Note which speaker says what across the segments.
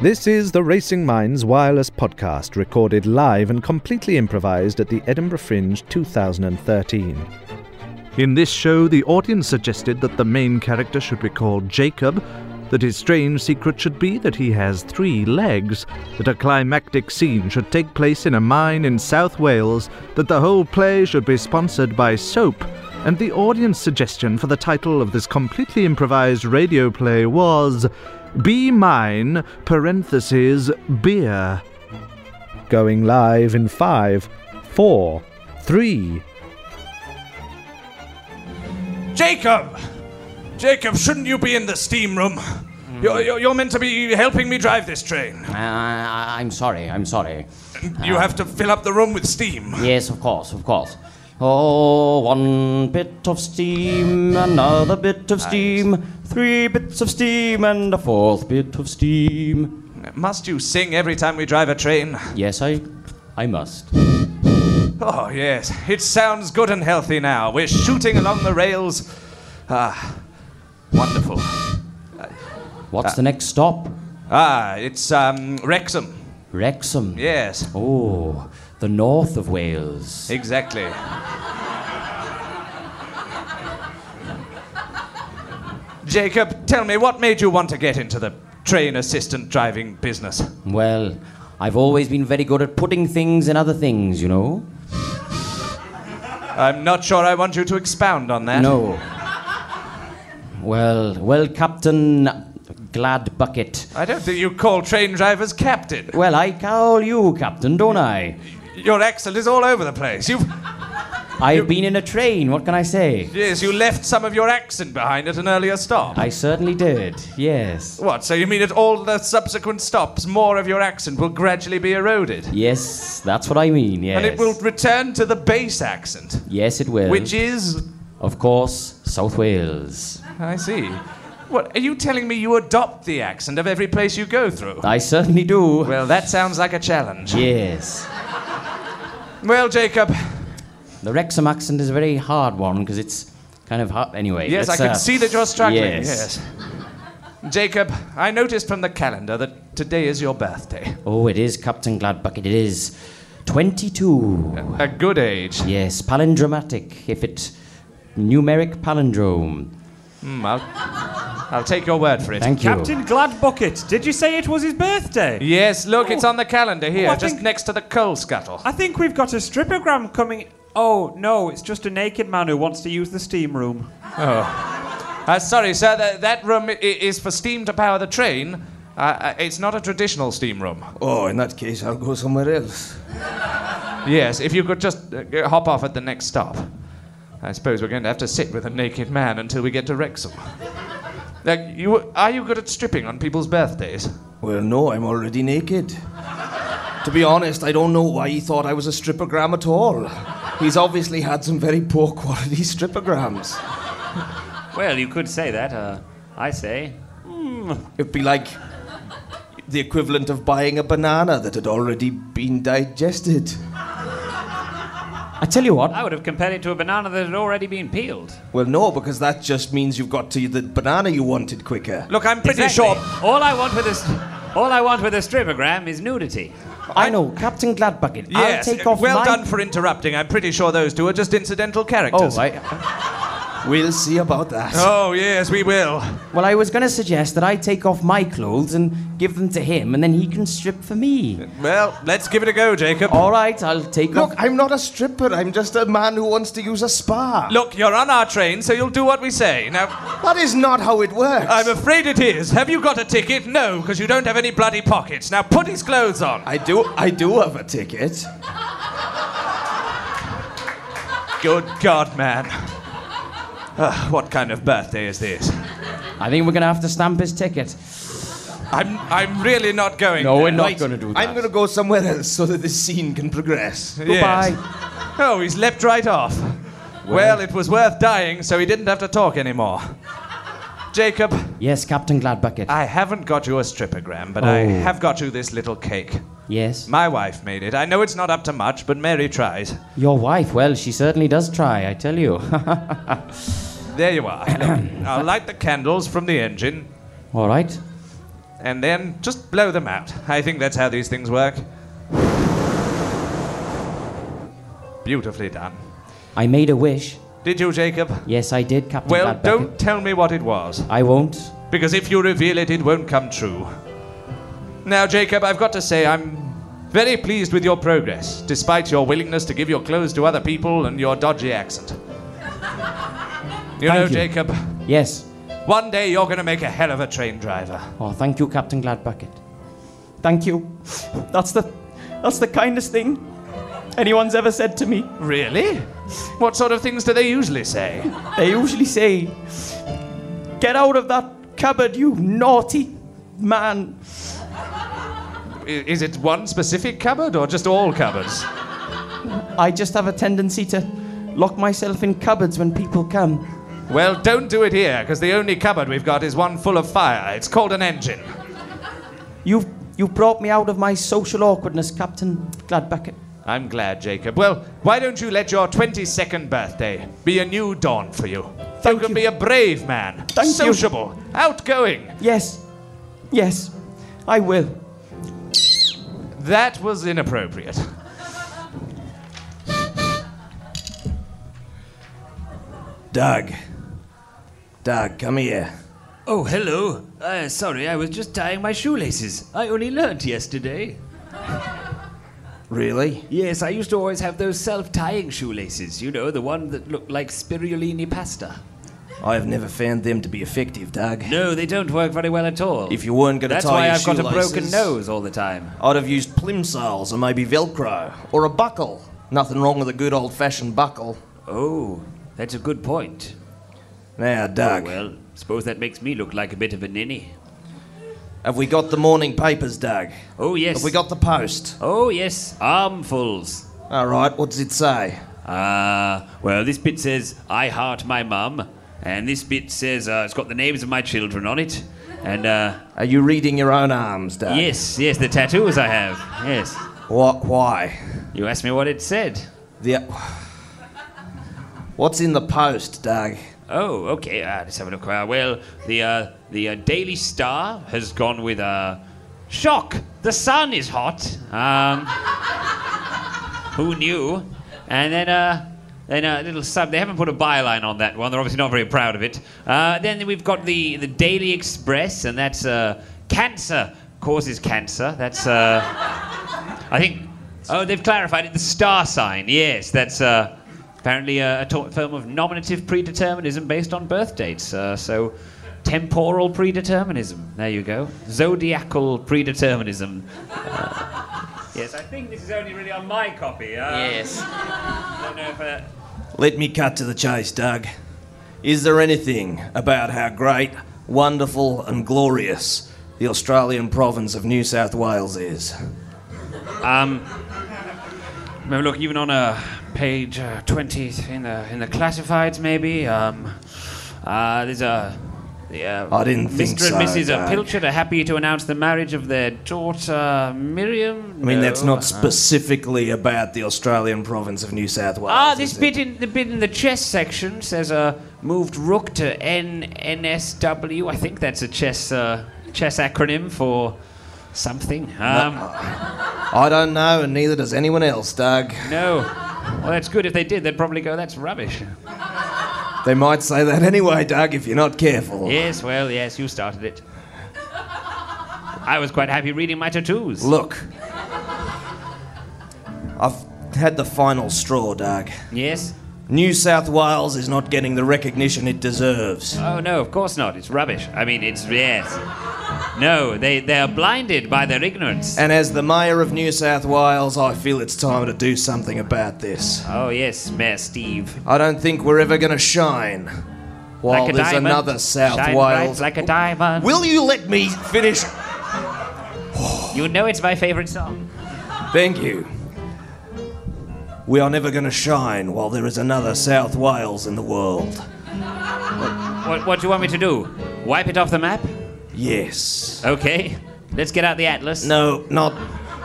Speaker 1: This is the Racing Minds Wireless Podcast, recorded live and completely improvised at the Edinburgh Fringe 2013.
Speaker 2: In this show, the audience suggested that the main character should be called Jacob, that his strange secret should be that he has three legs, that a climactic scene should take place in a mine in South Wales, that the whole play should be sponsored by soap, and the audience suggestion for the title of this completely improvised radio play was Be Mine, parentheses, beer.
Speaker 1: Going live in five, four, three.
Speaker 3: Jacob! Jacob, shouldn't you be in the steam room? You're, you're, you're meant to be helping me drive this train.
Speaker 4: Uh, I- I'm sorry, I'm sorry.
Speaker 3: You have to fill up the room with steam.
Speaker 4: Yes, of course, of course. Oh, one bit of steam, another bit of steam, three bits of steam, and a fourth bit of steam.
Speaker 3: Must you sing every time we drive a train?
Speaker 4: Yes, I, I must.
Speaker 3: Oh, yes. It sounds good and healthy now. We're shooting along the rails. Ah, wonderful.
Speaker 4: What's the next stop?
Speaker 3: Ah, it's um, Wrexham.
Speaker 4: Wrexham.
Speaker 3: Yes,
Speaker 4: Oh, the north of Wales.
Speaker 3: exactly. Jacob, tell me, what made you want to get into the train assistant driving business?
Speaker 4: Well, I've always been very good at putting things in other things, you know.
Speaker 3: I'm not sure I want you to expound on that.
Speaker 4: No. Well, well, Captain Gladbucket.
Speaker 3: I don't think you call train drivers captain.
Speaker 4: Well, I call you Captain, don't I?
Speaker 3: Your accent is all over the place. You've,
Speaker 4: I've been in a train, what can I say?
Speaker 3: yes, you left some of your accent behind at an earlier stop.
Speaker 4: I certainly did, yes.
Speaker 3: What, so you mean at all the subsequent stops, more of your accent will gradually be eroded?
Speaker 4: Yes, that's what I mean, yes.
Speaker 3: And it will return to the base accent,
Speaker 4: Yes, it will.
Speaker 3: which is.
Speaker 4: Of course, South Wales.
Speaker 3: I see. What, are you telling me you adopt the accent of every place you go through?
Speaker 4: I certainly do.
Speaker 3: Well, that sounds like a challenge.
Speaker 4: Yes.
Speaker 3: Well, Jacob,
Speaker 4: The Wrexham accent is a very hard one because it's kind of hard. Anyway.
Speaker 3: Yes, I
Speaker 4: let's,
Speaker 3: can
Speaker 4: uh,
Speaker 3: see that you're struggling.
Speaker 4: Yes.
Speaker 3: Yes. Jacob, I noticed from the calendar that today is your birthday.
Speaker 4: Oh, it is Captain Gladbucket, it is. 22.
Speaker 3: A good age.
Speaker 4: Yes, palindromatic, if it. numeric palindrome.
Speaker 3: Hmm, I'll, I'll take your word for it.
Speaker 4: Thank you.
Speaker 5: Captain Gladbucket, did you say it was his birthday?
Speaker 3: Yes, look, it's on the calendar here,
Speaker 5: Oh, I
Speaker 3: just
Speaker 5: think-
Speaker 3: next to the coal scuttle.
Speaker 5: I think we've got a stripogram coming. Oh, no, it's just a naked man who wants to use the steam room.
Speaker 3: Uh, sorry, sir, that, that room i- is for steam to power the train. Uh, Uh, it's not a traditional steam room.
Speaker 6: Oh, in that case, I'll go somewhere else.
Speaker 3: Yes, if you could just uh, g- hop off at the next stop. I suppose we're going to have to sit with a naked man until we get to Wrexham. Now, you, are you good at stripping on people's birthdays?
Speaker 6: Well, no, I'm already naked. to be honest, I don't know why he thought I was a strippogram at all. He's obviously had some very poor quality strippograms.
Speaker 5: Well, you could say that, uh, I say.
Speaker 6: It'd be like the equivalent of buying a banana that had already been digested.
Speaker 4: I tell you what,
Speaker 5: I would have compared it to a banana that had already been peeled.
Speaker 6: Well, no, because that just means you've got to the banana you wanted quicker.
Speaker 3: Look, I'm pretty sure.
Speaker 5: All I want with this. All I want with a stripogram is nudity.
Speaker 4: I know, Captain Gladbucket.
Speaker 3: Yes,
Speaker 4: I'll take off
Speaker 3: well
Speaker 4: my...
Speaker 3: done for interrupting. I'm pretty sure those two are just incidental characters.
Speaker 4: Oh, I,
Speaker 6: We'll see about that.
Speaker 3: Oh, yes, we will.
Speaker 4: well, I was going to suggest that I take off my clothes and give them to him, and then he can strip for me.
Speaker 3: Well, let's give it a go, Jacob.
Speaker 4: All right, I'll take
Speaker 6: Look,
Speaker 4: off.
Speaker 6: I'm not a stripper. I'm just a man who wants to use a spa.
Speaker 3: Look, you're on our train, so you'll do what we say. Now,
Speaker 6: that is not how it works.
Speaker 3: I'm afraid it is. Have you got a ticket? No, because you don't have any bloody pockets. Now, put his clothes on.
Speaker 6: I do. I do have a ticket.
Speaker 3: Good God, man. Ah, what kind of birthday is this?
Speaker 4: I think we're going to have to stamp his ticket.
Speaker 3: I'm, I'm really not going.
Speaker 4: No,
Speaker 3: there.
Speaker 4: we're not
Speaker 6: Right,
Speaker 4: going to do that.
Speaker 6: I'm going to go somewhere else so that this scene can progress.
Speaker 3: Yes.
Speaker 4: Goodbye.
Speaker 3: Oh, he's leapt right off. Well, it was worth dying, so he didn't have to talk anymore. Jacob,
Speaker 4: Yes, Captain Gladbucket.
Speaker 3: I haven't got you a stripogram, but I
Speaker 4: Oh.
Speaker 3: have got you this little cake.
Speaker 4: yes.
Speaker 3: My wife made it. I know it's not up to much, but Mary tries.
Speaker 4: Your wife, well, she certainly does try, I tell you.
Speaker 3: There you are. Look, I'll light the candles from the engine.
Speaker 4: All right.
Speaker 7: and then just blow them out. I think that's how these things work. Beautifully done.
Speaker 4: I made a wish.
Speaker 7: Did you, Jacob?
Speaker 4: Yes, I did, Captain
Speaker 7: Well,
Speaker 4: Bad Bucket.
Speaker 7: don't tell me what it was,
Speaker 4: I won't.
Speaker 7: because if you reveal it, it won't come true. Now, Jacob, I've got to say I'm very pleased with your progress, despite your willingness to give your clothes to other people and your dodgy accent. You
Speaker 4: Thank
Speaker 7: know,
Speaker 4: you.
Speaker 7: Jacob,
Speaker 4: Yes.
Speaker 7: one day you're going to make a hell of a train driver.
Speaker 4: Oh, thank you, Captain Gladbucket. Thank you. That's the that's the kindest thing anyone's ever said to me.
Speaker 7: Really? What sort of things do they usually say?
Speaker 4: They usually say, "Get out of that cupboard, you naughty man."
Speaker 7: I- Is it one specific cupboard or just all cupboards?
Speaker 4: I just have a tendency to lock myself in cupboards when people come.
Speaker 7: Well, don't do it here, because the only cupboard we've got is one full of fire. It's called an engine.
Speaker 4: You've you brought me out of my social awkwardness, Captain Gladbucket.
Speaker 7: I'm glad, Jacob. Well, why don't you let your 22nd birthday be a new dawn for you? you
Speaker 4: Thank
Speaker 7: can
Speaker 4: you.
Speaker 7: be a brave man,
Speaker 4: Thank you.
Speaker 7: sociable, outgoing.
Speaker 4: Yes. Yes. I will.
Speaker 7: That was inappropriate.
Speaker 6: Doug. Doug, come here.
Speaker 5: Oh, hello. Uh, sorry, I was just tying my shoelaces. I only learnt yesterday.
Speaker 6: Really?
Speaker 5: Yes, I used to always have those self tying shoelaces, you know, the one that look like spirulini pasta.
Speaker 6: I've never found them to be effective, Doug.
Speaker 5: No, they don't work very well at all.
Speaker 6: If you weren't going to
Speaker 5: That's
Speaker 6: tie
Speaker 5: why
Speaker 6: your
Speaker 5: I've got a broken
Speaker 6: shoelaces,
Speaker 5: nose all the time.
Speaker 6: I'd have used plimsolls or maybe Velcro or a buckle. Nothing wrong with a good old fashioned buckle.
Speaker 5: Oh, that's a good point.
Speaker 6: Now, Doug,
Speaker 5: Oh, well, suppose that makes me look like a bit of a ninny.
Speaker 6: have we got the morning papers, Doug?
Speaker 5: Oh, yes.
Speaker 6: Have we got the post?
Speaker 5: Oh, yes, armfuls.
Speaker 6: All right, what's it say?
Speaker 5: Ah, well, this bit says, I heart my mum. And this bit says, uh, it's got the names of my children on it. And, uh,
Speaker 6: Are you reading your own arms, Doug?
Speaker 5: yes, yes, the tattoos I have. Yes.
Speaker 6: What? Why?
Speaker 5: You asked me what it said.
Speaker 6: The. What's in the post, Doug?
Speaker 5: Oh, okay. Uh, let's have a look. Uh, well, the uh, the uh, Daily Star has gone with uh, shock. The sun is hot. Um, who knew? And then uh, then a little sub. They haven't put a byline on that one. They're obviously not very proud of it. Uh, then we've got the the Daily Express, and that's uh, cancer causes cancer. That's uh, I think. Oh, they've clarified it. The star sign. Yes, that's uh, apparently a, a to- form of nominative predeterminism based on birth dates. Uh, so, temporal predeterminism. There you go. Zodiacal predeterminism. Uh, yes, I think this is only really on my copy. Uh,
Speaker 4: Yes.
Speaker 5: I don't know if. Uh,
Speaker 6: Let me cut to the chase, Doug. Is there anything about how great, wonderful, and glorious the Australian province of New South Wales is?
Speaker 5: Well, look, even on uh, page uh, 20 in the in the classifieds, maybe um, uh, there's a. The, uh,
Speaker 6: I didn't think
Speaker 5: Mr. and
Speaker 6: so,
Speaker 5: Mrs.
Speaker 6: Doug.
Speaker 5: Pilchard are happy to announce the marriage of their daughter Miriam.
Speaker 6: I mean, that's
Speaker 5: uh,
Speaker 6: not specifically about the Australian province of New South Wales.
Speaker 5: Ah, this
Speaker 6: is it?
Speaker 5: bit in the bit in the chess section says uh, moved rook to N N S W. I think that's a chess uh, chess acronym for something. Um,
Speaker 6: I don't know, and neither does anyone else, Doug.
Speaker 5: no. Well, that's good. If they did, they'd probably go, "That's rubbish."
Speaker 6: They might say that anyway, Doug, if you're not careful.
Speaker 5: Yes, well, yes, you started it. I was quite happy reading my tattoos.
Speaker 6: Look, I've had the final straw, Doug.
Speaker 5: Yes?
Speaker 6: New South Wales is not getting the recognition it deserves.
Speaker 5: Oh, no, of course not. It's rubbish. I mean, it's. Yes. No, they, they are blinded by their ignorance.
Speaker 6: And as the mayor of New South Wales, I feel it's time to do something about this.
Speaker 5: Oh, yes, Mayor Steve.
Speaker 6: I don't think we're ever going to shine while
Speaker 5: like a
Speaker 6: there's
Speaker 5: diamond.
Speaker 6: another South
Speaker 5: Shine bright
Speaker 6: Wales.
Speaker 5: like a diamond.
Speaker 6: Will you let me finish?
Speaker 5: You know it's my favorite song.
Speaker 6: Thank you. We are never going to shine while there is another South Wales in the world.
Speaker 5: What, what do you want me to do? Wipe it off the map?
Speaker 6: Yes.
Speaker 5: Okay. Let's get out the atlas.
Speaker 6: No, not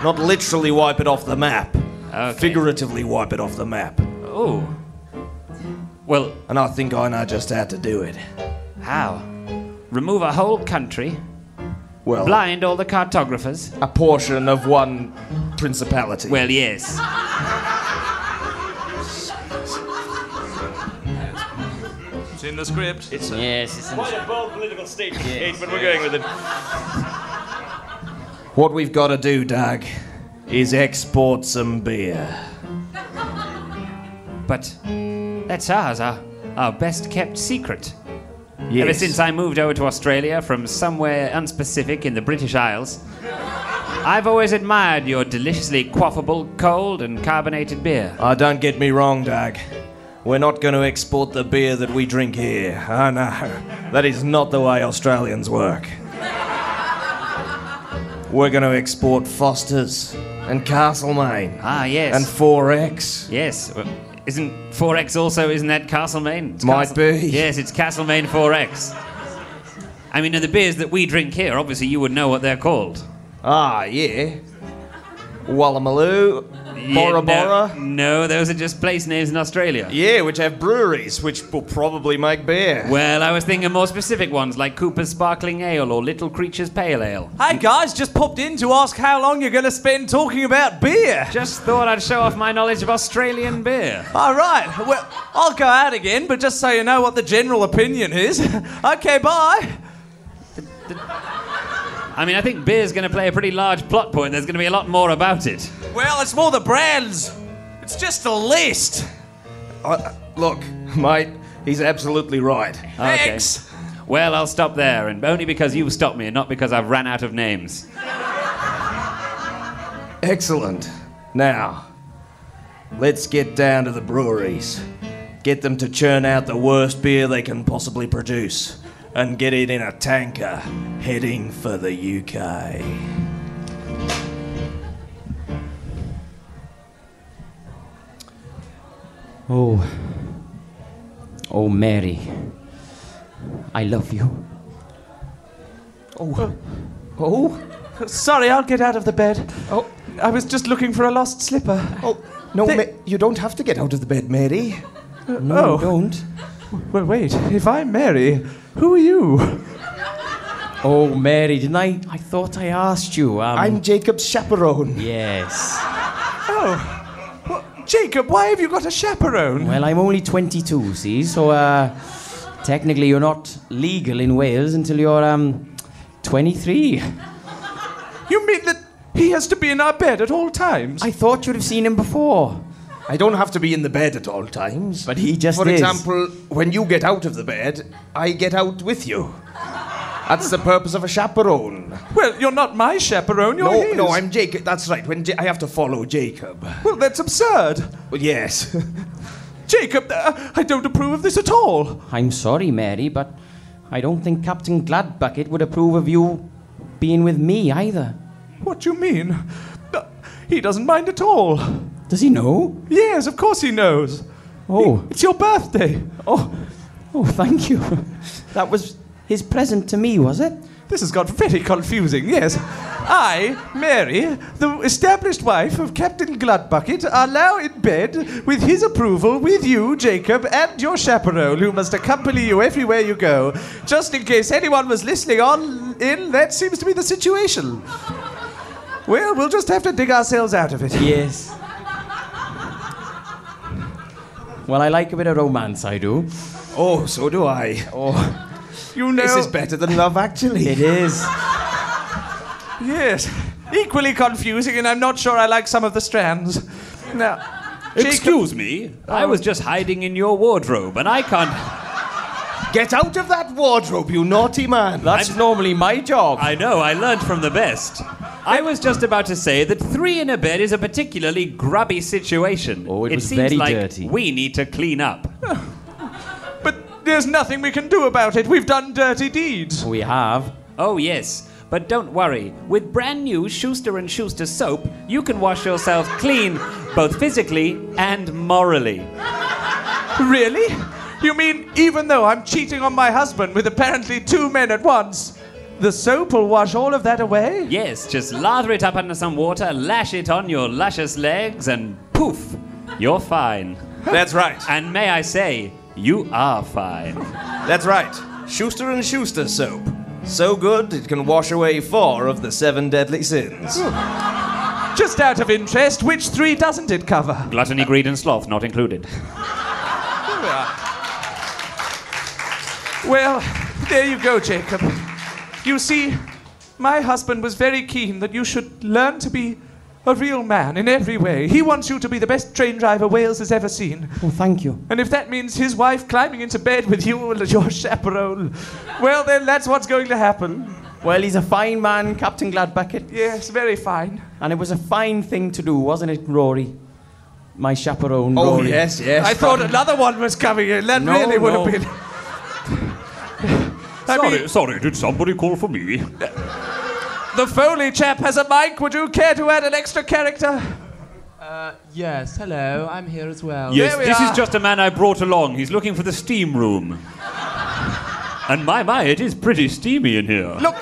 Speaker 6: not literally wipe it off the map.
Speaker 5: Okay.
Speaker 6: Figuratively wipe it off the map.
Speaker 5: Oh. Well,
Speaker 6: And I think I know just how to do it.
Speaker 5: how? Remove a whole country
Speaker 6: Well,
Speaker 5: Blind all the cartographers.
Speaker 6: a portion of one principality.
Speaker 5: Well, yes.
Speaker 7: It's in the script. It's
Speaker 5: Yes, it's
Speaker 3: Quite a bold political statement, Kate, but we're going with it.
Speaker 6: What we've got to do, Dag, is export some beer.
Speaker 5: But that's ours, our, our best kept secret. Ever since I moved over to Australia from somewhere unspecific in the British Isles, I've always admired your deliciously quaffable, cold, and carbonated beer.
Speaker 6: Ah, don't get me wrong, Dag. We're not going to export the beer that we drink here. I know. That is not the way Australians work. We're going to export Foster's and Castlemaine
Speaker 5: Ah, yes.
Speaker 6: and 4X.
Speaker 5: yes. Well, Isn't 4X also, isn't that Castlemaine? It's
Speaker 6: Might be.
Speaker 5: Yes, it's Castlemaine 4X. I mean, and the beers that we drink here, obviously you would know what they're called.
Speaker 6: Ah, yeah. Wallamaloo,
Speaker 5: Yeah, no-
Speaker 6: Bora Bora.
Speaker 5: No, those are just place names in Australia.
Speaker 6: Yeah, which have breweries, which will probably make beer.
Speaker 5: Well, I was thinking more specific ones like Cooper's Sparkling Ale or Little Creature's Pale Ale.
Speaker 3: Hey guys, just popped in to ask how long you're going to spend talking about beer.
Speaker 5: Just thought I'd show off my knowledge of Australian beer.
Speaker 3: All right, well, I'll go out again, but just so you know what the general opinion is. okay, bye.
Speaker 5: I mean, I think beer's going to play a pretty large plot point. There's going to be a lot more about it.
Speaker 3: Well, it's more the brands. It's just a list.
Speaker 6: I- look, mate, he's absolutely right.
Speaker 5: Ah,
Speaker 3: Thanks.
Speaker 5: Well, I'll stop there, and only because you've stopped me and not because I've ran out of names.
Speaker 6: Excellent. Now, let's get down to the breweries. Get them to churn out the worst beer they can possibly produce and get it in a tanker heading for the UK.
Speaker 4: Oh. Oh, Mary. I love you.
Speaker 6: Oh,
Speaker 3: Sorry, I'll get out of the bed. Oh, I was just looking for a lost slipper.
Speaker 6: oh, no,
Speaker 3: They-
Speaker 6: Ma- you don't have to get out of the bed, Mary.
Speaker 3: No, oh.
Speaker 6: Don't.
Speaker 3: Well, wait. If I'm Mary, who are you?
Speaker 4: Oh, Mary, didn't I? I thought I asked you. Um,
Speaker 6: I'm Jacob's chaperone.
Speaker 4: Yes. Oh,
Speaker 3: Jacob, why have you got a chaperone?
Speaker 4: Well, I'm only 22, see, so uh, technically you're not legal in Wales until you're um, 23.
Speaker 3: You mean that he has to be in our bed at all times?
Speaker 4: I thought you'd have seen him before.
Speaker 6: I don't have to be in the bed at all times.
Speaker 4: But he just
Speaker 6: For
Speaker 4: is.
Speaker 6: example, when you get out of the bed, I get out with you. That's the purpose of a chaperone.
Speaker 3: Well, you're not my chaperone, you're
Speaker 6: No,
Speaker 3: his.
Speaker 6: no, I'm Jacob. That's right. When J- I have to follow Jacob.
Speaker 3: Well, that's absurd.
Speaker 6: Well, yes.
Speaker 3: Jacob, uh, I don't approve of this at all.
Speaker 4: I'm sorry, Mary, but I don't think Captain Gladbucket would approve of you being with me either.
Speaker 3: What do you mean? Uh, he doesn't mind at all.
Speaker 4: Does he know?
Speaker 3: Yes, of course he knows.
Speaker 4: Oh.
Speaker 3: It's your birthday.
Speaker 4: Oh, oh, thank you. that was his present to me, was it?
Speaker 3: This has got very confusing, yes. I, Mary, the established wife of Captain Glutbucket, are now in bed with his approval with you, Jacob, and your chaperone, who must accompany you everywhere you go. Just in case anyone was listening on in, that seems to be the situation. Well, we'll just have to dig ourselves out of it.
Speaker 4: Yes. Well, I like a bit of romance, I do.
Speaker 6: oh, so do I. Oh,
Speaker 3: You know,
Speaker 6: This is better than love, actually.
Speaker 4: It is.
Speaker 3: yes, equally confusing, and I'm not sure I like some of the strands. Now, Jacob-
Speaker 5: Excuse me, I was just hiding in your wardrobe, and I can't.
Speaker 6: Get out of that wardrobe, you naughty man.
Speaker 4: That's normally my job.
Speaker 5: I know, I learned from the best. I was just about to say that three in a bed is a particularly grubby situation.
Speaker 4: Oh, it was
Speaker 5: seems
Speaker 4: very
Speaker 5: like
Speaker 4: dirty.
Speaker 5: we need to clean up.
Speaker 3: But there's nothing we can do about it. We've done dirty deeds.
Speaker 4: we have.
Speaker 5: Oh yes, but don't worry. With brand new Schuster and Schuster soap, you can wash yourself clean, both physically and morally.
Speaker 3: Really? You mean even though I'm cheating on my husband with apparently two men at once, the soap will wash all of that away?
Speaker 5: Yes, just lather it up under some water, lash it on your luscious legs, and poof, you're fine.
Speaker 6: That's right.
Speaker 5: And may I say, you are fine.
Speaker 6: That's right. Schuster and Schuster soap. So good it can wash away four of the seven deadly sins.
Speaker 3: Just out of interest, which three doesn't it cover?
Speaker 5: Gluttony, greed, and sloth not included.
Speaker 3: Well, there you go, Jacob. You see, my husband was very keen that you should learn to be a real man in every way. He wants you to be the best train driver Wales has ever seen.
Speaker 4: Oh, thank you.
Speaker 3: And if that means his wife climbing into bed with you as your chaperone, well, then that's what's going to happen.
Speaker 4: Well, he's a fine man, Captain Gladbucket.
Speaker 3: Yes, very fine.
Speaker 4: And it was a fine thing to do, wasn't it, Rory? My chaperone,
Speaker 6: Oh,
Speaker 4: Rory.
Speaker 6: yes, yes.
Speaker 3: I thought another one was coming in. That
Speaker 4: No,
Speaker 3: really would
Speaker 4: no.
Speaker 3: have been. I mean,
Speaker 5: sorry, did somebody call for me?
Speaker 3: Oh, the Foley chap has a mic. Would you care to add an extra character?
Speaker 8: Uh, Yes, hello, I'm here as well.
Speaker 5: Yes,
Speaker 3: There we
Speaker 5: this
Speaker 3: are.
Speaker 5: is just a man I brought along. He's looking for the steam room. and my, my, it is pretty steamy in here.
Speaker 3: Look,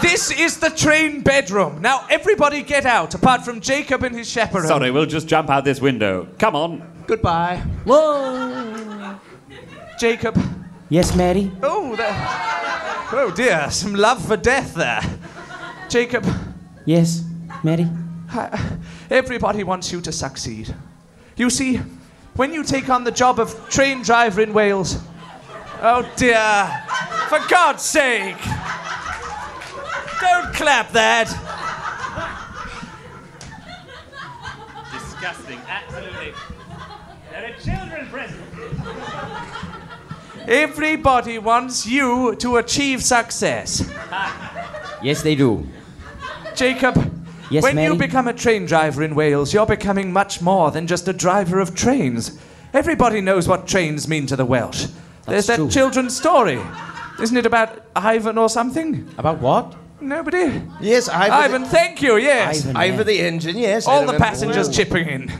Speaker 3: this is the train bedroom. Now, everybody get out, apart from Jacob and his chaperone.
Speaker 5: Sorry, we'll just jump out this window. Come on.
Speaker 8: Goodbye.
Speaker 3: Jacob.
Speaker 4: Yes, Mary?
Speaker 3: Oh, there. Oh, dear. Some love for death there. Jacob,
Speaker 4: Yes, Mary?
Speaker 3: I- everybody wants you to succeed. You see, when you take on the job of train driver in Wales. Oh, dear. For God's sake. Don't clap that.
Speaker 5: Disgusting, absolutely. There are children present.
Speaker 3: Everybody wants you to achieve success.
Speaker 4: Yes, they do.
Speaker 3: Jacob,
Speaker 4: Yes,
Speaker 3: when you
Speaker 4: Mary?
Speaker 3: become a train driver in Wales, you're becoming much more than just a driver of trains. Everybody knows what trains mean to the Welsh. There's
Speaker 4: That's
Speaker 3: that
Speaker 4: true.
Speaker 3: children's story. Isn't it about Ivan or something?
Speaker 4: About what?
Speaker 3: Nobody?
Speaker 6: Yes, Ivor,
Speaker 3: Ivan, thank you, yes.
Speaker 4: Ivan,
Speaker 6: The, Ivor
Speaker 4: Mary.
Speaker 6: the engine, yes. I
Speaker 3: All the
Speaker 6: remember.
Speaker 3: passengers chipping in.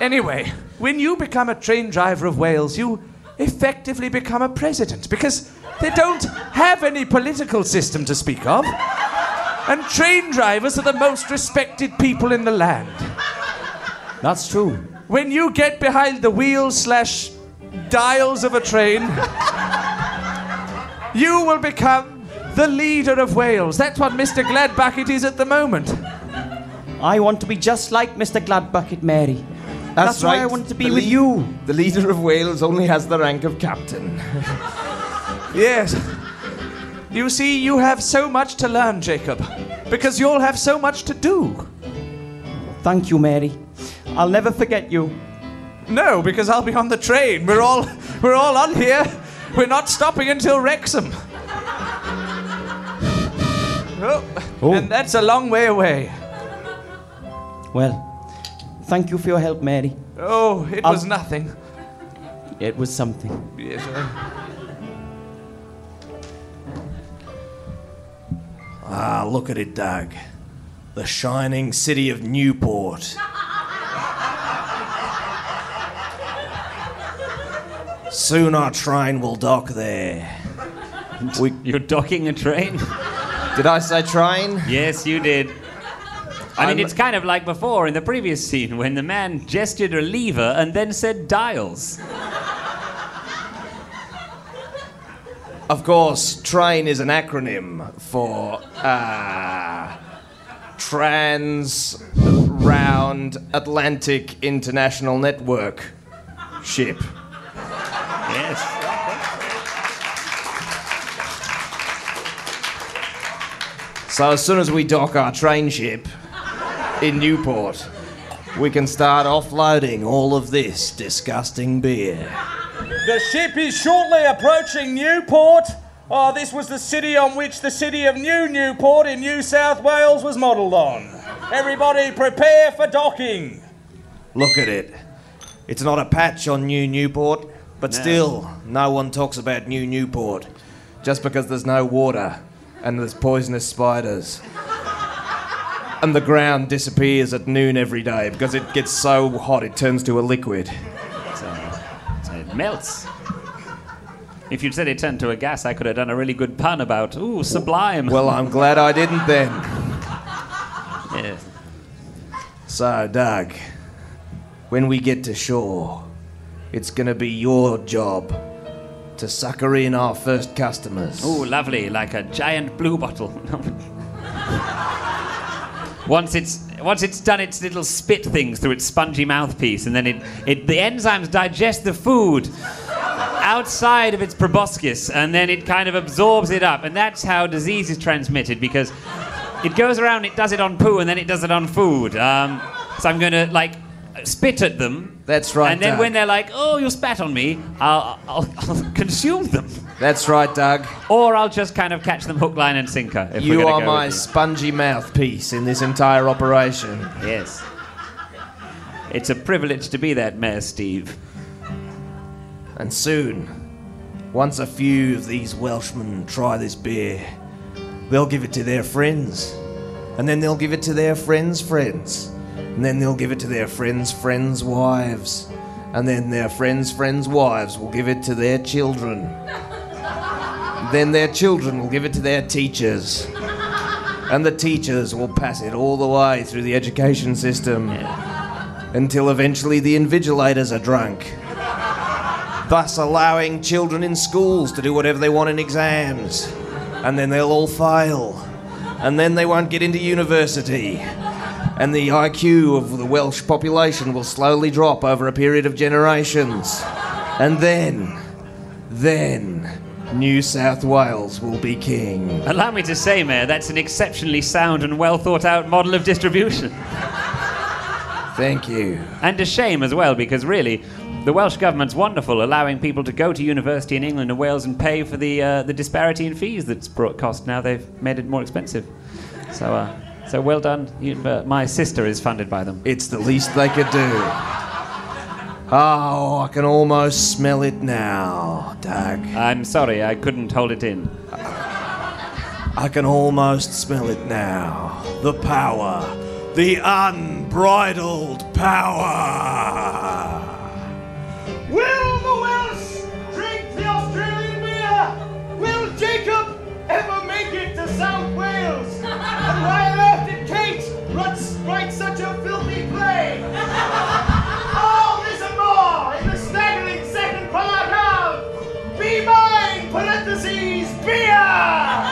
Speaker 3: Anyway, when you become a train driver of Wales, you effectively become a president because they don't have any political system to speak of. And train drivers are the most respected people in the land.
Speaker 4: That's true.
Speaker 3: When you get behind the wheels slash dials of a train, you will become the leader of Wales. That's what Mr. Gladbucket is at the moment.
Speaker 4: I want to be just like Mr. Gladbucket, Mary. That's, why I want to be
Speaker 6: The
Speaker 4: with
Speaker 6: lead-
Speaker 4: you.
Speaker 6: The leader of Wales only has the rank of captain.
Speaker 3: Yes. You see, you have so much to learn, Jacob, because you'll have so much to do.
Speaker 4: Thank you, Mary. I'll never forget you.
Speaker 3: No, because I'll be on the train. We're all we're all on here. We're not stopping until Wrexham. Oh, And that's a long way away.
Speaker 4: Well, thank you for your help, Mary.
Speaker 3: Oh, it was nothing.
Speaker 4: It was something.
Speaker 3: Yes, uh,
Speaker 6: Ah, look at it, Doug. The shining city of Newport. Soon our train will dock there.
Speaker 5: You're docking a train?
Speaker 6: Did I say train?
Speaker 5: yes, you did. I mean, it's kind of like before in the previous scene when the man gestured a lever and then said dials.
Speaker 6: Of course, train is an acronym for uh, Trans Round Atlantic International Network ship.
Speaker 5: Yes.
Speaker 6: So as soon as we dock our train ship in Newport, we can start offloading all of this disgusting beer.
Speaker 3: The ship is shortly approaching Newport. Oh, this was the city on which the city of New Newport in New South Wales was modelled on. Everybody prepare for docking.
Speaker 6: Look at it. It's not a patch on New Newport, but still, no one talks about New Newport just because there's no water and there's poisonous spiders. and the ground disappears at noon every day because it gets so hot it turns to a liquid.
Speaker 5: So it melts. If you'd said it turned to a gas, I could have done a really good pun about, ooh, sublime.
Speaker 6: Well, I'm glad I didn't then.
Speaker 5: yes.
Speaker 6: So, Doug, when we get to shore, it's gonna be your job to to sucker in our first customers.
Speaker 5: Ooh, lovely, like a giant blue bottle. once it's once it's done its little spit things through its spongy mouthpiece, and then it, it the enzymes digest the food outside of its proboscis, and then it kind of absorbs it up, and that's how disease is transmitted because it goes around, it does it on poo, and then it does it on food. Um, so I'm gonna like spit at them.
Speaker 6: That's right,
Speaker 5: And then
Speaker 6: Doug.
Speaker 5: when they're like, "Oh, you spat on me," I'll, I'll, I'll consume them.
Speaker 6: That's right, Doug.
Speaker 5: Or I'll just kind of catch them hook, line, and sinker. If we're
Speaker 6: you
Speaker 5: gonna
Speaker 6: are
Speaker 5: go
Speaker 6: my
Speaker 5: with
Speaker 6: spongy mouthpiece in this entire operation.
Speaker 5: you. Yes. It's a privilege to be that mayor, Steve.
Speaker 6: And soon, once a few of these Welshmen try this beer, they'll give it to their friends. And then they'll give it to their friends' friends. And then they'll give it to their friends' friends' wives. And then their friends' friends' wives will give it to their children. then their children will give it to their teachers. And the teachers will pass it all the way through the education system until eventually the invigilators are drunk thus allowing children in schools to do whatever they want in exams. And then they'll all fail. And then they won't get into university. And the IQ of the Welsh population will slowly drop over a period of generations. And then, then, New South Wales will be king.
Speaker 5: Allow me to say, Mayor, that's an exceptionally sound and well thought out model of distribution.
Speaker 6: Thank you.
Speaker 5: And a shame as well, because really, the Welsh government's wonderful, allowing people to go to university in England and Wales and pay for the uh, the disparity in fees that's brought cost. Now they've made it more expensive. So, uh, so well done. You, uh, my sister is funded by them.
Speaker 6: It's the least they could do. Oh, I can almost smell it now, Doug.
Speaker 5: I'm sorry, I couldn't hold it in.
Speaker 6: I can almost smell it now. The power. The unbridled power.
Speaker 9: Will the Welsh drink the Australian beer? Will Jacob ever make it to South Wales? And why on earth did Kate write, write such a filthy play? All this and more in the staggering second part of Be Mine, parentheses, beer!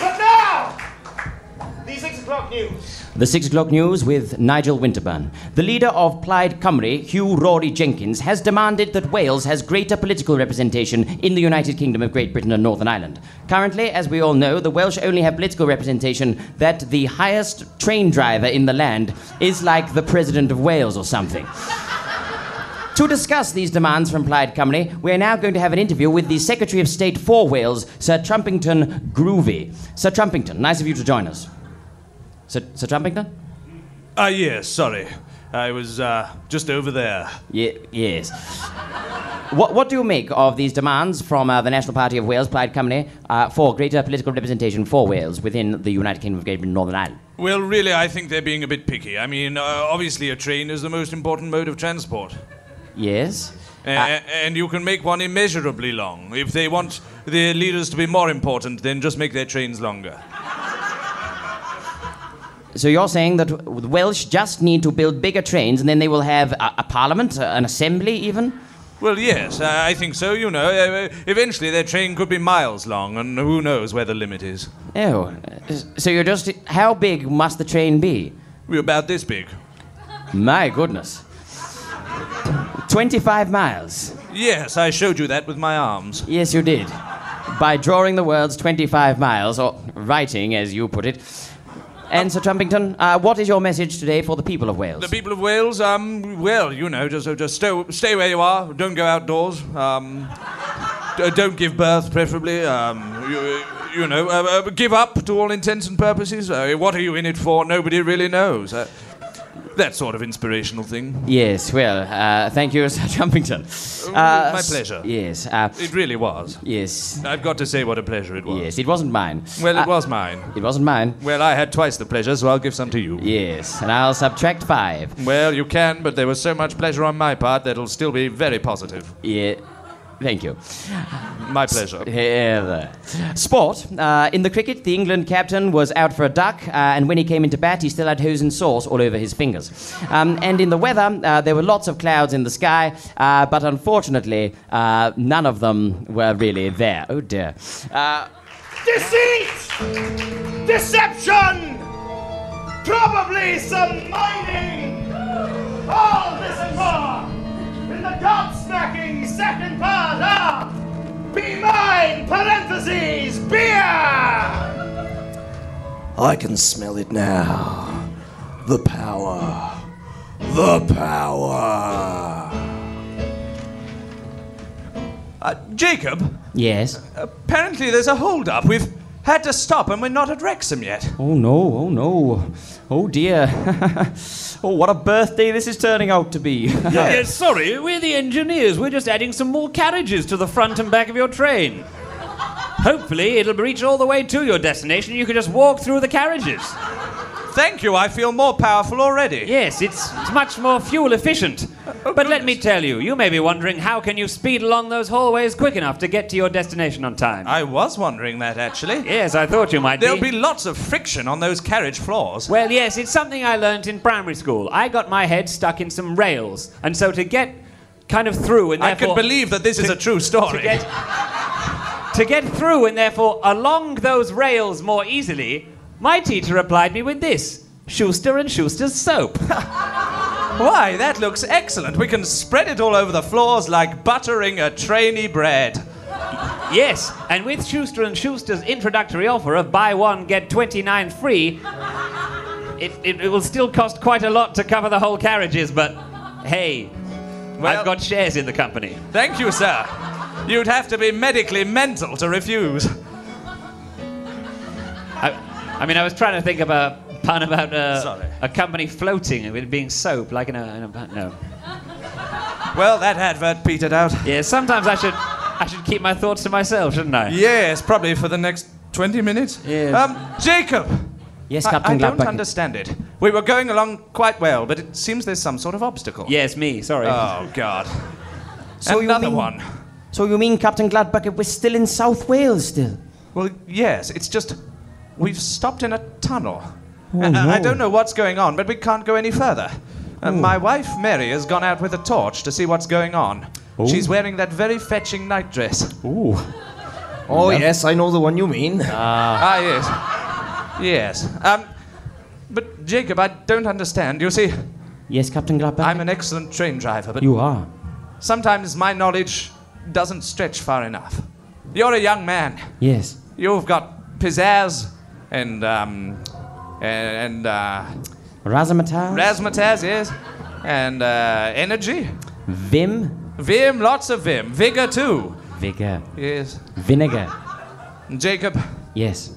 Speaker 9: But now, the 6 o'clock news.
Speaker 4: The 6 o'clock news with Nigel Winterburn. The leader of Plaid Cymru, Hugh Rory Jenkins, has demanded that Wales has greater political representation in the United Kingdom of Great Britain and Northern Ireland. Currently, as we all know, the Welsh only have political representation that the highest train driver in the land is like the President of Wales or something. To discuss these demands from Plaid Cymru, we are now going to have an interview with the Secretary of State for Wales, Sir Trumpington Groovy. Sir Trumpington, nice of you to join us. Sir, Sir Trumpington?
Speaker 10: Ah, yes, sorry. I was uh, just over there.
Speaker 4: Ye- yes. What, what do you make of these demands from uh, the National Party of Wales, Plaid Cymru, uh, for greater political representation for Wales within the United Kingdom of Great Britain and Northern Ireland?
Speaker 10: Well, really, I think they're being a bit picky. I mean, uh, obviously, a train is the most important mode of transport.
Speaker 4: Yes?
Speaker 10: A- a- and you can make one immeasurably long. If they want their leaders to be more important, then just make their trains longer.
Speaker 4: So you're saying that w- the Welsh just need to build bigger trains and then they will have a, a parliament, a- an assembly even?
Speaker 10: Well, yes, I I think so, you know. Uh, Eventually, their train could be miles long, and who knows where the limit is.
Speaker 4: Oh. uh, So you're just. How big must the train be?
Speaker 10: We're about this big.
Speaker 4: My goodness. 25 miles.
Speaker 10: Yes, I showed you that with my arms.
Speaker 4: Yes, you did. By drawing the words 25 miles, or writing as you put it. And Sir Trumpington, uh, what is your message today for the people of Wales?
Speaker 10: The people of Wales, um, well, you know, just just stay, stay where you are. Don't go outdoors. Um, d- don't give birth, preferably. Um, you, you know, uh, uh, give up to all intents and purposes. Uh, what are you in it for? Nobody really knows. Uh, that sort of inspirational thing.
Speaker 4: Yes, well, uh, thank you, Sir Trumpington. Uh,
Speaker 10: my
Speaker 4: s-
Speaker 10: pleasure.
Speaker 4: Yes, uh,
Speaker 10: It really was.
Speaker 4: yes,
Speaker 10: I've got to say what a pleasure it was.
Speaker 4: yes, it wasn't mine.
Speaker 10: Well, it
Speaker 4: Uh,
Speaker 10: was mine.
Speaker 4: It wasn't mine.
Speaker 10: Well, I had twice the pleasure, so I'll give some to you.
Speaker 4: Yes, and I'll subtract five.
Speaker 10: Well, you can, but there was so much pleasure on my part that it'll still be very positive.
Speaker 4: Yeah. Thank you.
Speaker 7: My pleasure.
Speaker 4: Here. Sport. Uh, in the cricket, the England captain was out for a duck, uh, and when he came into bat, he still had hosen sauce all over his fingers. Um, and in the weather, uh, there were lots of clouds in the sky, uh, but unfortunately, uh, none of them were really there. Oh dear. Uh,
Speaker 9: Deceit! Deception! Probably some mining! All this and more in the god smacking second part of Be Mine parentheses beer!
Speaker 6: I can smell it now. The power. The power.
Speaker 3: Uh, Jacob,
Speaker 4: yes.
Speaker 3: apparently there's a hold-up. We've had to stop, and we're not at Wrexham yet.
Speaker 4: Oh no, oh no. Oh dear. oh, what a birthday this is turning out to be.
Speaker 5: Yeah, sorry, we're the engineers. We're just adding some more carriages to the front and back of your train. Hopefully, it'll reach all the way to your destination. You can just walk through the carriages.
Speaker 3: Thank you. I feel more powerful already.
Speaker 5: Yes, it's, it's much more fuel efficient.
Speaker 3: Oh,
Speaker 5: but let me tell you, you may be wondering how can you speed along those hallways quick enough to get to your destination on time?
Speaker 3: I was wondering that actually.
Speaker 5: yes, I thought you might
Speaker 3: There'll be lots of friction on those carriage floors.
Speaker 5: Well, yes, it's something I learnt in primary school. I got my head stuck in some rails, and so to get kind of through and
Speaker 3: I
Speaker 5: therefore
Speaker 3: could believe that this is a true story.
Speaker 5: to get to get through and therefore along those rails more easily, my teacher replied me with this: Schuster and Schuster's soap.
Speaker 3: Why, that looks excellent. We can spread it all over the floors like buttering a trainee bread.
Speaker 5: yes, and with Schuster and Schuster's introductory offer of buy one get twenty nine free, it, it, it will still cost quite a lot to cover the whole carriages. But hey, I've got shares in the company.
Speaker 3: Thank you, sir. You'd have to be medically mental to refuse.
Speaker 5: I, I mean, I was trying to think of a pun about
Speaker 3: Sorry.
Speaker 5: a, a company floating with being soap, like in a, in a no.
Speaker 3: Well, that advert petered out.
Speaker 5: Yeah, sometimes I should I should keep my thoughts to myself, shouldn't I?
Speaker 3: Yes, probably for the next 20 minutes.
Speaker 4: Yes.
Speaker 3: Um, Jacob!
Speaker 4: yes,
Speaker 3: I-
Speaker 4: Captain
Speaker 3: I, don't
Speaker 4: Gladbach.
Speaker 3: understand it. We were going along quite well, but it seems there's some sort of obstacle.
Speaker 5: Yes, me. Sorry.
Speaker 3: Oh, God.
Speaker 4: So you
Speaker 3: Another
Speaker 4: mean-
Speaker 3: one.
Speaker 4: So you mean, Captain Gladbach, we're still in South Wales still?
Speaker 3: Well, yes, it's just we've stopped in a tunnel.
Speaker 4: Oh,
Speaker 3: I- I, I
Speaker 4: no. Oh.
Speaker 3: don't know what's going on, but we can't go any further. Uh, my wife, Mary, has gone out with a torch to see what's going on.
Speaker 4: Oh.
Speaker 3: She's wearing that very fetching nightdress.
Speaker 4: Ooh.
Speaker 6: Oh, yes, I know the one you mean.
Speaker 3: Ah, yes. Yes. Um, but, Jacob, I don't understand. You see,
Speaker 4: Yes, Captain Gladbach.
Speaker 3: I'm an excellent train driver, but
Speaker 4: You are.
Speaker 3: sometimes my knowledge doesn't stretch far enough. You're a young man.
Speaker 4: Yes.
Speaker 3: You've got pizzazz and, um, and, and uh,
Speaker 4: Razzmatazz.
Speaker 3: razzmatazz, yes, and uh, energy,
Speaker 4: Vim.
Speaker 3: vim, lots of vim, vigor too,
Speaker 4: Vigor.
Speaker 3: yes.
Speaker 4: Vinegar.
Speaker 3: Jacob,
Speaker 4: Yes.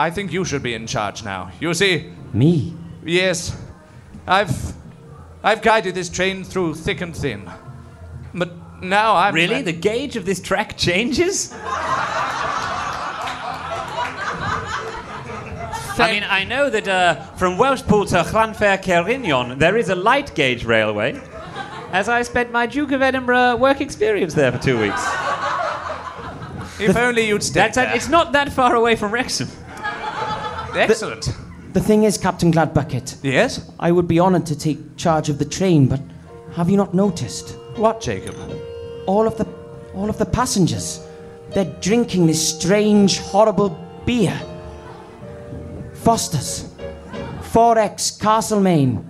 Speaker 3: I think you should be in charge now. You see,
Speaker 4: Me.
Speaker 3: yes, I've, I've guided this train through thick and thin, but now I'm
Speaker 5: Really? The gauge of this track changes? I mean, I know that uh, from Welshpool to Llanfair Cerignon, there is a light gauge railway, as I spent my Duke of Edinburgh work experience there for two weeks.
Speaker 3: if only you'd stay
Speaker 5: That's
Speaker 3: there.
Speaker 5: it's not that far away from Wrexham.
Speaker 3: Excellent.
Speaker 4: The thing is, Captain Gladbucket,
Speaker 3: yes.
Speaker 4: I would be honoured to take charge of the train, but have you not noticed?
Speaker 3: What, Jacob?
Speaker 4: All of the, all of the passengers, they're drinking this strange, horrible beer. Foster's, 4X, Castlemaine,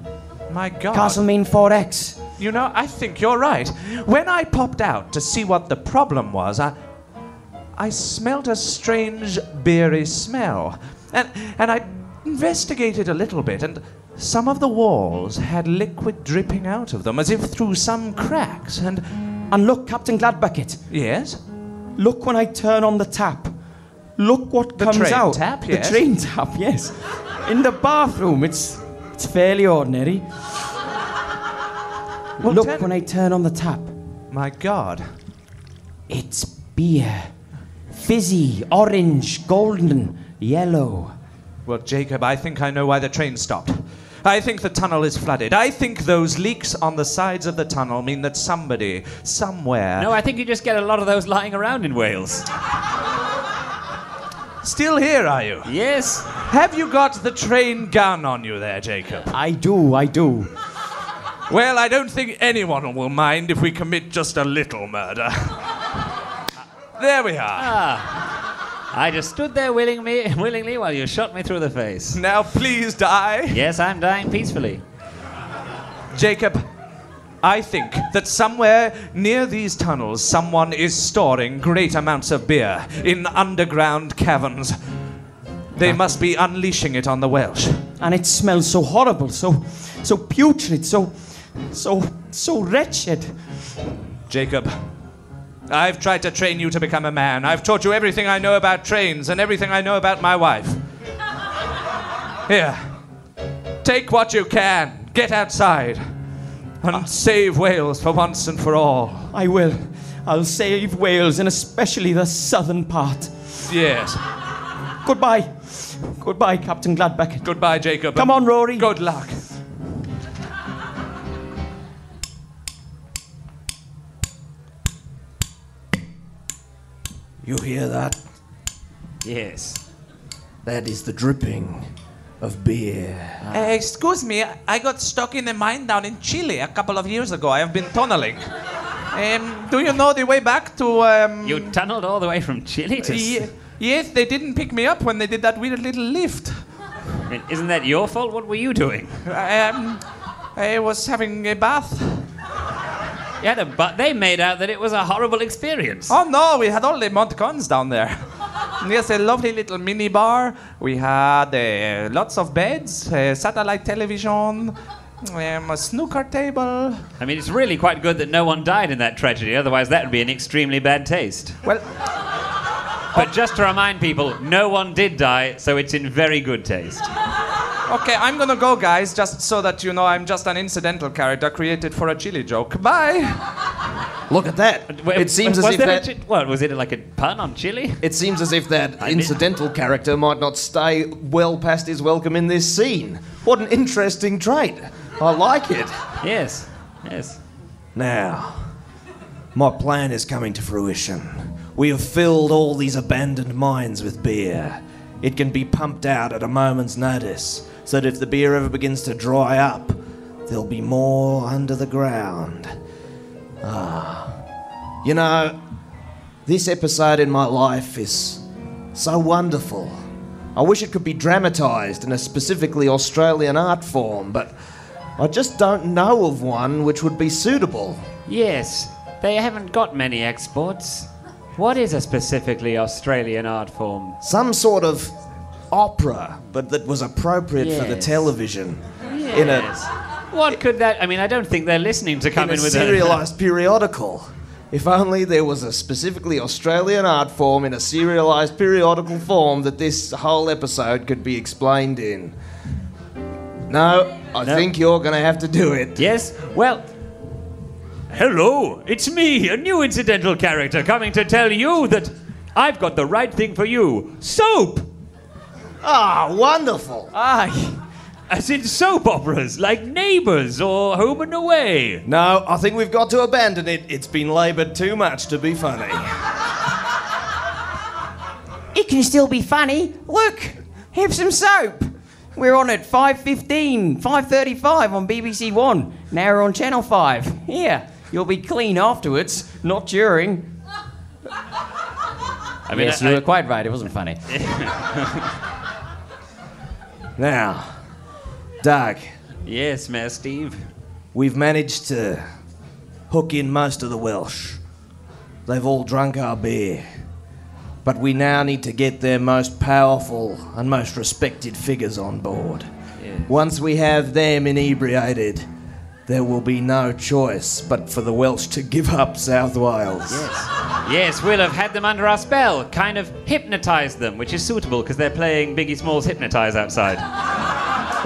Speaker 3: My God.
Speaker 4: Castlemaine 4X.
Speaker 3: You know, I think you're right. When I popped out to see what the problem was, I, I smelt a strange beery smell. And, and I investigated a little bit, and some of the walls had liquid dripping out of them as if through some cracks. And
Speaker 4: And look, Captain Gladbucket,
Speaker 3: yes,
Speaker 4: look when I turn on the tap. Look what
Speaker 3: The
Speaker 4: comes
Speaker 3: train
Speaker 4: out.
Speaker 3: tap, yes.
Speaker 4: The train tap, yes. In the bathroom, it's it's fairly ordinary.
Speaker 3: Well,
Speaker 4: look
Speaker 3: turn-
Speaker 4: when I turn on the tap.
Speaker 3: my God.
Speaker 4: It's beer. Fizzy, orange, golden, yellow.
Speaker 3: Well, Jacob, I think I know why the train stopped. I think the tunnel is flooded. I think those leaks on the sides of the tunnel mean that somebody, somewhere.
Speaker 5: No, I think you just get a lot of those lying around in Wales.
Speaker 3: Still here, are you?
Speaker 5: Yes.
Speaker 3: Have you got the train gun on you there, Jacob?
Speaker 4: I do, I do.
Speaker 3: Well, I don't think anyone will mind if we commit just a little murder. there we are.
Speaker 5: Ah. I just stood there willing me, willingly while you shot me through the face.
Speaker 3: Now please die.
Speaker 5: Yes, I'm dying peacefully.
Speaker 3: Jacob, I think that somewhere near these tunnels, someone is storing great amounts of beer in underground caverns. They must be unleashing it on the Welsh.
Speaker 4: And it smells so horrible, so, so putrid, so, so, so wretched.
Speaker 3: Jacob, I've tried to train you to become a man. I've taught you everything I know about trains and everything I know about my wife. Here, take what you can, get outside, and save Wales for once and for all.
Speaker 4: I will. I'll save Wales, and especially the southern part.
Speaker 3: Yes.
Speaker 4: Goodbye. Goodbye, Captain Gladbeck.
Speaker 3: Goodbye, Jacob.
Speaker 4: Come on, Rory.
Speaker 3: Good luck.
Speaker 6: You hear that?
Speaker 5: Yes.
Speaker 6: That is the dripping of beer.
Speaker 3: Uh, excuse me, I got stuck in a mine down in Chile a couple of years ago. I have been tunneling. Um, do you know the way back to. Um...
Speaker 5: You tunneled all the way from Chile to.
Speaker 3: Ye- yes, they didn't pick me up when they did that weird little lift.
Speaker 5: I mean, isn't that your fault? What were you doing?
Speaker 3: Um, I was having a bath.
Speaker 5: Yeah, the but they made out that it was a horrible experience.
Speaker 3: Oh no, we had all the Montcons down there. Yes, a lovely little mini bar. We had uh, lots of beds, uh, satellite television, um, a snooker table.
Speaker 5: I mean, it's really quite good that no one died in that tragedy, otherwise, that would be an extremely bad taste.
Speaker 3: Well.
Speaker 5: But just to remind people, no one did die, so it's in very good taste.
Speaker 3: Okay, I'm gonna go, guys, just so that you know I'm just an incidental character created for a chili joke. Bye!
Speaker 6: Look at that. it seems as
Speaker 5: was
Speaker 6: if
Speaker 5: there a
Speaker 6: that.
Speaker 5: chi- what was it like a pun on chili?
Speaker 6: It seems as if that
Speaker 5: I did-
Speaker 6: incidental character might not stay well past his welcome in this scene. What an interesting trait. I like it.
Speaker 5: Yes, yes.
Speaker 6: Now, my plan is coming to fruition. We have filled all these abandoned mines with beer. It can be pumped out at a moment's notice, so that if the beer ever begins to dry up, there'll be more under the ground. Ah. You know, this episode in my life is so wonderful. I wish it could be dramatised in a specifically Australian art form, but I just don't know of one which would be suitable.
Speaker 5: Yes, they haven't got many exports. What is a specifically Australian art form?
Speaker 6: Some sort of opera, but that was appropriate for the
Speaker 5: Yes.
Speaker 6: television. In
Speaker 5: Yes.
Speaker 6: a,
Speaker 5: What could that? I mean, I don't think they're listening to come
Speaker 6: in
Speaker 5: in,
Speaker 6: a
Speaker 5: with
Speaker 6: serialised periodical. If only there was a specifically Australian art form in a serialised periodical form that this whole episode could be explained in. No, I
Speaker 5: No.
Speaker 6: think you're going to have to do it.
Speaker 5: a. Yes. Well. Hello, it's me, a new incidental character, coming to tell you that I've got the right thing for you: soap,
Speaker 6: Ah, wonderful.
Speaker 5: Aye. As in soap operas, like Neighbours or Home and Away.
Speaker 6: No, I think we've got to abandon it. It's been laboured too much to be funny.
Speaker 4: It can still be funny. Look, have some soap. We're on at 5.15, 5.35 on BBC One. Now we're on Channel 5. Here, you'll be clean afterwards, not during.
Speaker 5: I mean,
Speaker 4: yes,
Speaker 5: I-
Speaker 4: you were quite right, it wasn't funny.
Speaker 6: Now, Doug,
Speaker 5: Yes, Mayor Steve.
Speaker 6: we've managed to hook in most of the Welsh. They've all drunk our beer. But we now need to get their most powerful and most respected figures on board. Once we have them inebriated, there will be no choice but for the Welsh to give up South Wales.
Speaker 5: Yes, we'll have had them under our spell, kind of hypnotized them, which is suitable because they're playing Biggie Smalls Hypnotize outside.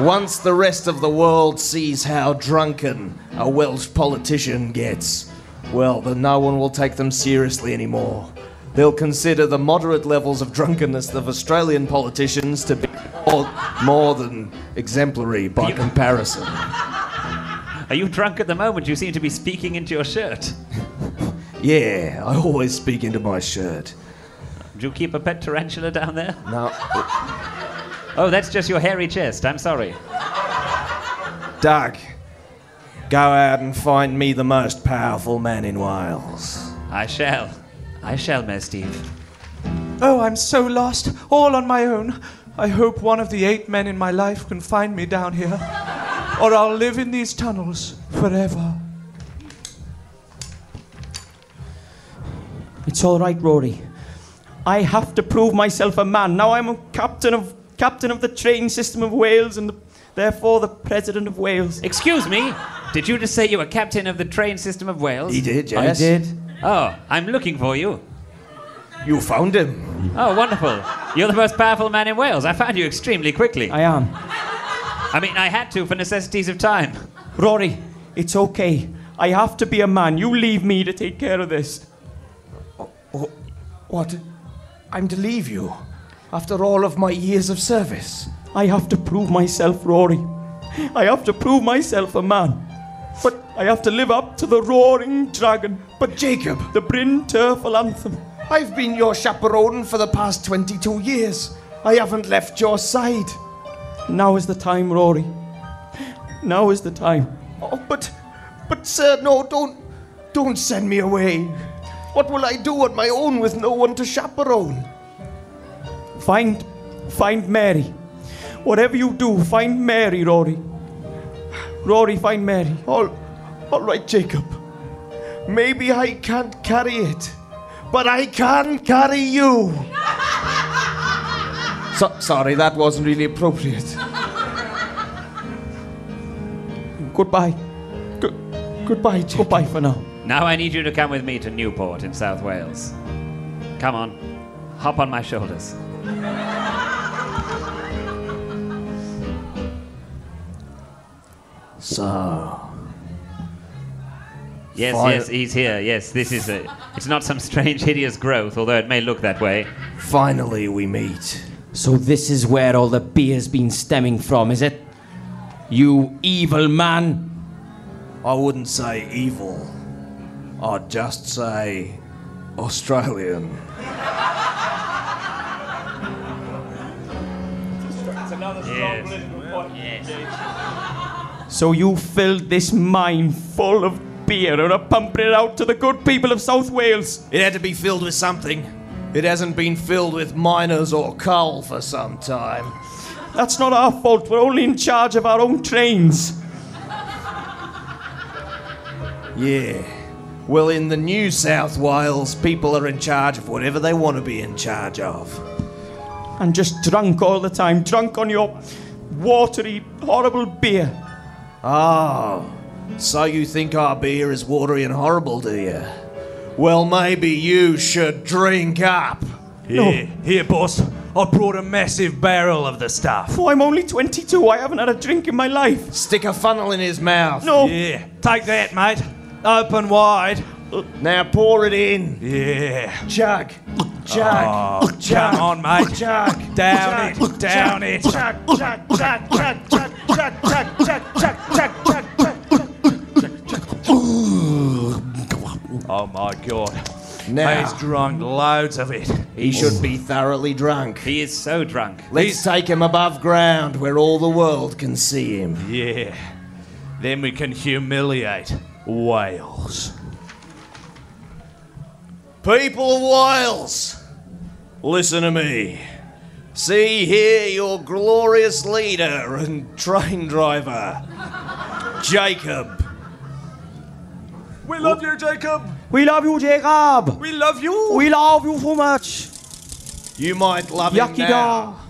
Speaker 6: Once the rest of the world sees how drunken a Welsh politician gets, well, then no one will take them seriously anymore. They'll consider the moderate levels of drunkenness of Australian politicians to be or more than exemplary by comparison.
Speaker 5: Are you drunk at the moment? You seem to be speaking into your shirt.
Speaker 6: Yeah, I always speak into my shirt.
Speaker 5: Do you keep a pet tarantula down there?
Speaker 6: No.
Speaker 5: Oh, that's just your hairy chest. I'm sorry.
Speaker 6: Doug, go out and find me the most powerful man in Wales.
Speaker 5: I shall. I shall, Mayor Steve.
Speaker 3: Oh, I'm so lost, all on my own. I hope one of the eight men in my life can find me down here, or I'll live in these tunnels forever.
Speaker 4: It's all right, Rory. I have to prove myself a man. Now I'm a captain of captain of the train system of Wales and therefore the president of Wales.
Speaker 5: Excuse me. Did you just say you were captain of the train system of Wales?
Speaker 6: He did, yes. I did.
Speaker 5: Oh, I'm looking for you.
Speaker 6: You found him.
Speaker 5: Oh, wonderful. You're the most powerful man in Wales. I found you extremely quickly.
Speaker 4: I am.
Speaker 5: I mean, I had to for necessities of time.
Speaker 4: Rory, it's okay. I have to be a man. You leave me to take care of this.
Speaker 6: What? I'm to leave you after all of my years of service.
Speaker 4: I have to prove myself, Rory. I have to prove myself a man. But I have to live up to the roaring dragon,
Speaker 6: But Jacob,
Speaker 4: the Bryn Terfel anthem.
Speaker 6: I've been your chaperone for the past 22 years. I haven't left your side.
Speaker 4: Now is the time, Rory. Now is the time.
Speaker 6: Oh, but, but, sir, no, don't, don't send me away. What will I do on my own with no one to chaperone?
Speaker 4: Find, find Mary. Whatever you do, find Mary, Rory. Rory, find Mary.
Speaker 6: All, all right, Jacob. Maybe I can't carry it, but I can carry you. so, sorry, that wasn't really appropriate.
Speaker 4: Goodbye. Good, goodbye, Jacob. Goodbye for now.
Speaker 5: Now I need you to come with me to Newport in South Wales. Come on, hop on my shoulders.
Speaker 6: So,
Speaker 5: Yes,
Speaker 6: Fire-
Speaker 5: yes, he's here. Yes, this is a. It's not some strange, hideous growth, although it may look that way.
Speaker 6: finally we meet.
Speaker 4: So this is where all the beer's been stemming from, is it? You evil man.
Speaker 6: I wouldn't say evil. I'd just say Australian.
Speaker 4: So you filled this mine full of beer and are pumping it out to the good people of South Wales.
Speaker 6: It had to be filled with something. It hasn't been filled with miners or coal for some time.
Speaker 4: That's not our fault. We're only in charge of our own trains.
Speaker 6: Yeah. Well, in the New South Wales, people are in charge of whatever they want to be in charge of.
Speaker 4: And just drunk all the time, drunk on your watery, horrible beer.
Speaker 6: Oh, so you think our beer is watery and horrible, do you? Well, maybe you should drink up.
Speaker 10: Here, here, boss. I brought a massive barrel of the stuff.
Speaker 4: Oh, I'm only 22. I haven't had a drink in my life.
Speaker 6: Stick a funnel in his mouth.
Speaker 4: No.
Speaker 10: Yeah, take that, mate. Open wide.
Speaker 6: Now pour it in.
Speaker 10: Yeah.
Speaker 6: Jug.
Speaker 4: Ah.
Speaker 6: Jug.
Speaker 10: Come on, mate.
Speaker 6: Jug.
Speaker 10: Down it. Down it. Oh my god. He's
Speaker 6: Now,
Speaker 10: drunk loads of it.
Speaker 6: he should be thoroughly drunk.
Speaker 5: He is so drunk.
Speaker 6: Let's take him above ground where all the world can see him.
Speaker 10: Yeah. Then we can humiliate Wales.
Speaker 6: People of Wales, listen to me. See here your glorious leader and train driver, Jacob.
Speaker 3: We love you, Jacob.
Speaker 4: We love you, Jacob.
Speaker 3: We love you.
Speaker 4: We love you so much.
Speaker 6: You might love him
Speaker 4: Yucky da.
Speaker 6: now,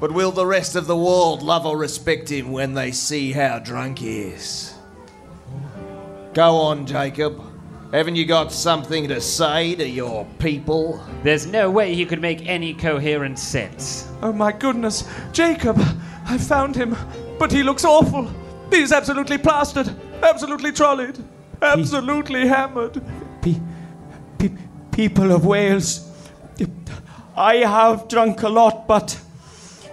Speaker 6: but will the rest of the world love or respect him when they see how drunk he is? Go on, Jacob. Haven't you got something to say to your people?
Speaker 5: There's no way he could make any coherent sense.
Speaker 3: Oh my goodness, Jacob! I found him, but he looks awful. He's absolutely plastered, absolutely trolleyed, absolutely hammered.
Speaker 4: Pe- pe- people of Wales, I have drunk a lot, but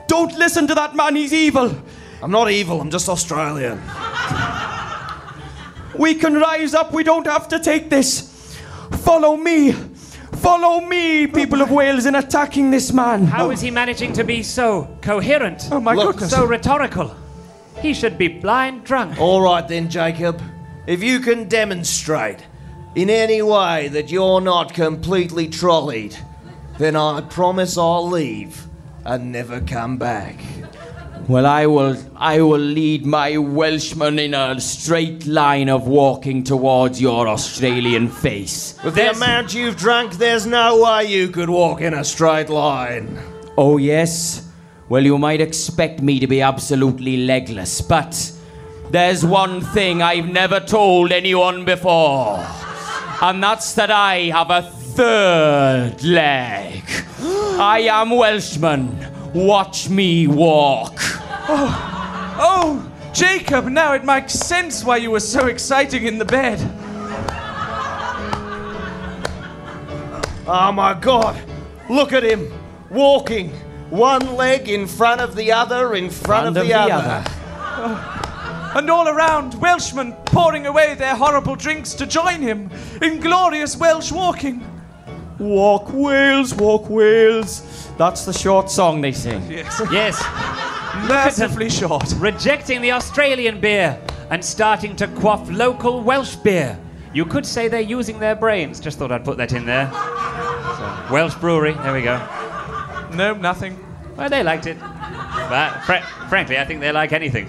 Speaker 6: Don't listen to that man, he's evil. I'm not evil, I'm just Australian. we can rise up, we don't have to take this. Follow me. Follow me, people of Wales, in attacking this man.
Speaker 11: How is he managing to be so coherent?
Speaker 6: Oh, my Look. goodness.
Speaker 11: So rhetorical. He should be blind drunk.
Speaker 6: All right then, Jacob. If you can demonstrate in any way that you're not completely trolleyed, then I promise I'll leave and never come back.
Speaker 4: Well, I will. I will lead my Welshman in a straight line of walking towards your Australian face.
Speaker 6: With the amount you've drunk, there's no way you could walk in a straight line.
Speaker 4: Oh yes. Well, you might expect me to be absolutely legless, but there's one thing I've never told anyone before, and that's that I have a third leg. I am Welshman. Watch me walk.
Speaker 3: Oh, oh, Jacob, now it makes sense why you were so exciting in the bed.
Speaker 6: Oh my god, look at him walking, one leg in front of the other, in front, of, the, other.
Speaker 3: Oh. And all around, Welshmen pouring away their horrible drinks to join him in glorious Welsh walking.
Speaker 6: Walk Wales, walk Wales. That's the short song they sing.
Speaker 3: Yes.
Speaker 11: yes.
Speaker 3: Massively short.
Speaker 11: Rejecting the Australian beer and starting to quaff local Welsh beer. You could say they're using their brains. Just thought I'd put that in there. So, Welsh brewery. There we go.
Speaker 3: No, nothing.
Speaker 11: Well, they liked it. But fr- frankly, I think they like anything.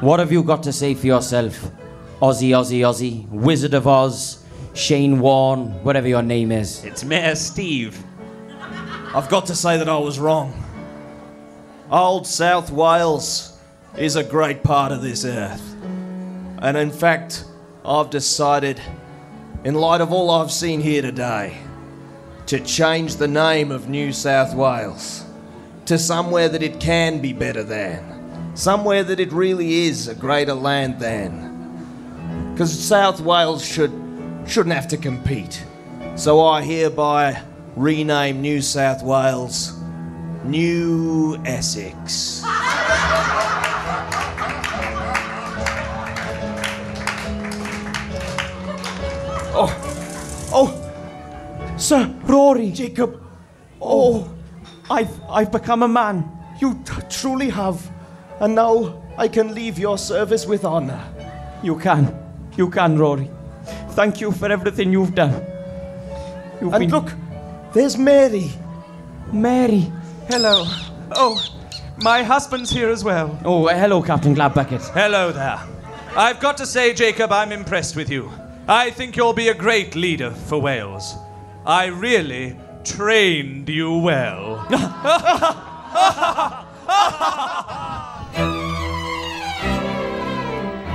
Speaker 4: What have you got to say for yourself? Aussie, Aussie, Aussie. Wizard of Oz. Shane Warne, whatever your name is.
Speaker 5: It's Mayor Steve.
Speaker 6: I've got to say that I was wrong. Old South Wales is a great part of this earth. And in fact, I've decided, in light of all I've seen here today, to change the name of New South Wales to somewhere that it can be better than, somewhere that it really is a greater land than. Because South Wales should shouldn't have to compete. So I hereby rename New South Wales New Essex.
Speaker 3: oh, oh, Sir Rory.
Speaker 6: Jacob, oh, I've, I've become a man. You t- truly have. And now I can leave your service with honour.
Speaker 4: You can. You can, Rory. Thank you for everything you've done.
Speaker 6: You've and been... look, there's Mary.
Speaker 4: Mary.
Speaker 3: Hello. Oh, my husband's here as well.
Speaker 4: Oh, hello, Captain Gladbucket.
Speaker 10: Hello there. I've got to say, Jacob, I'm impressed with you. I think you'll be a great leader for Wales. I really trained you well.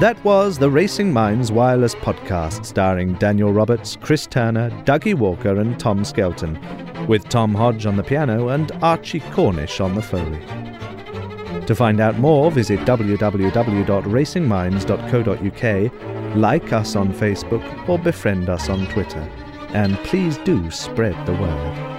Speaker 2: That was the Racing Minds Wireless podcast starring Daniel Roberts, Chris Turner, Dougie Walker, and Tom Skelton, with Tom Hodge on the piano and Archie Cornish on the Foley. To find out more, visit www.racingminds.co.uk, like us on Facebook, or befriend us on Twitter. And please do spread the word.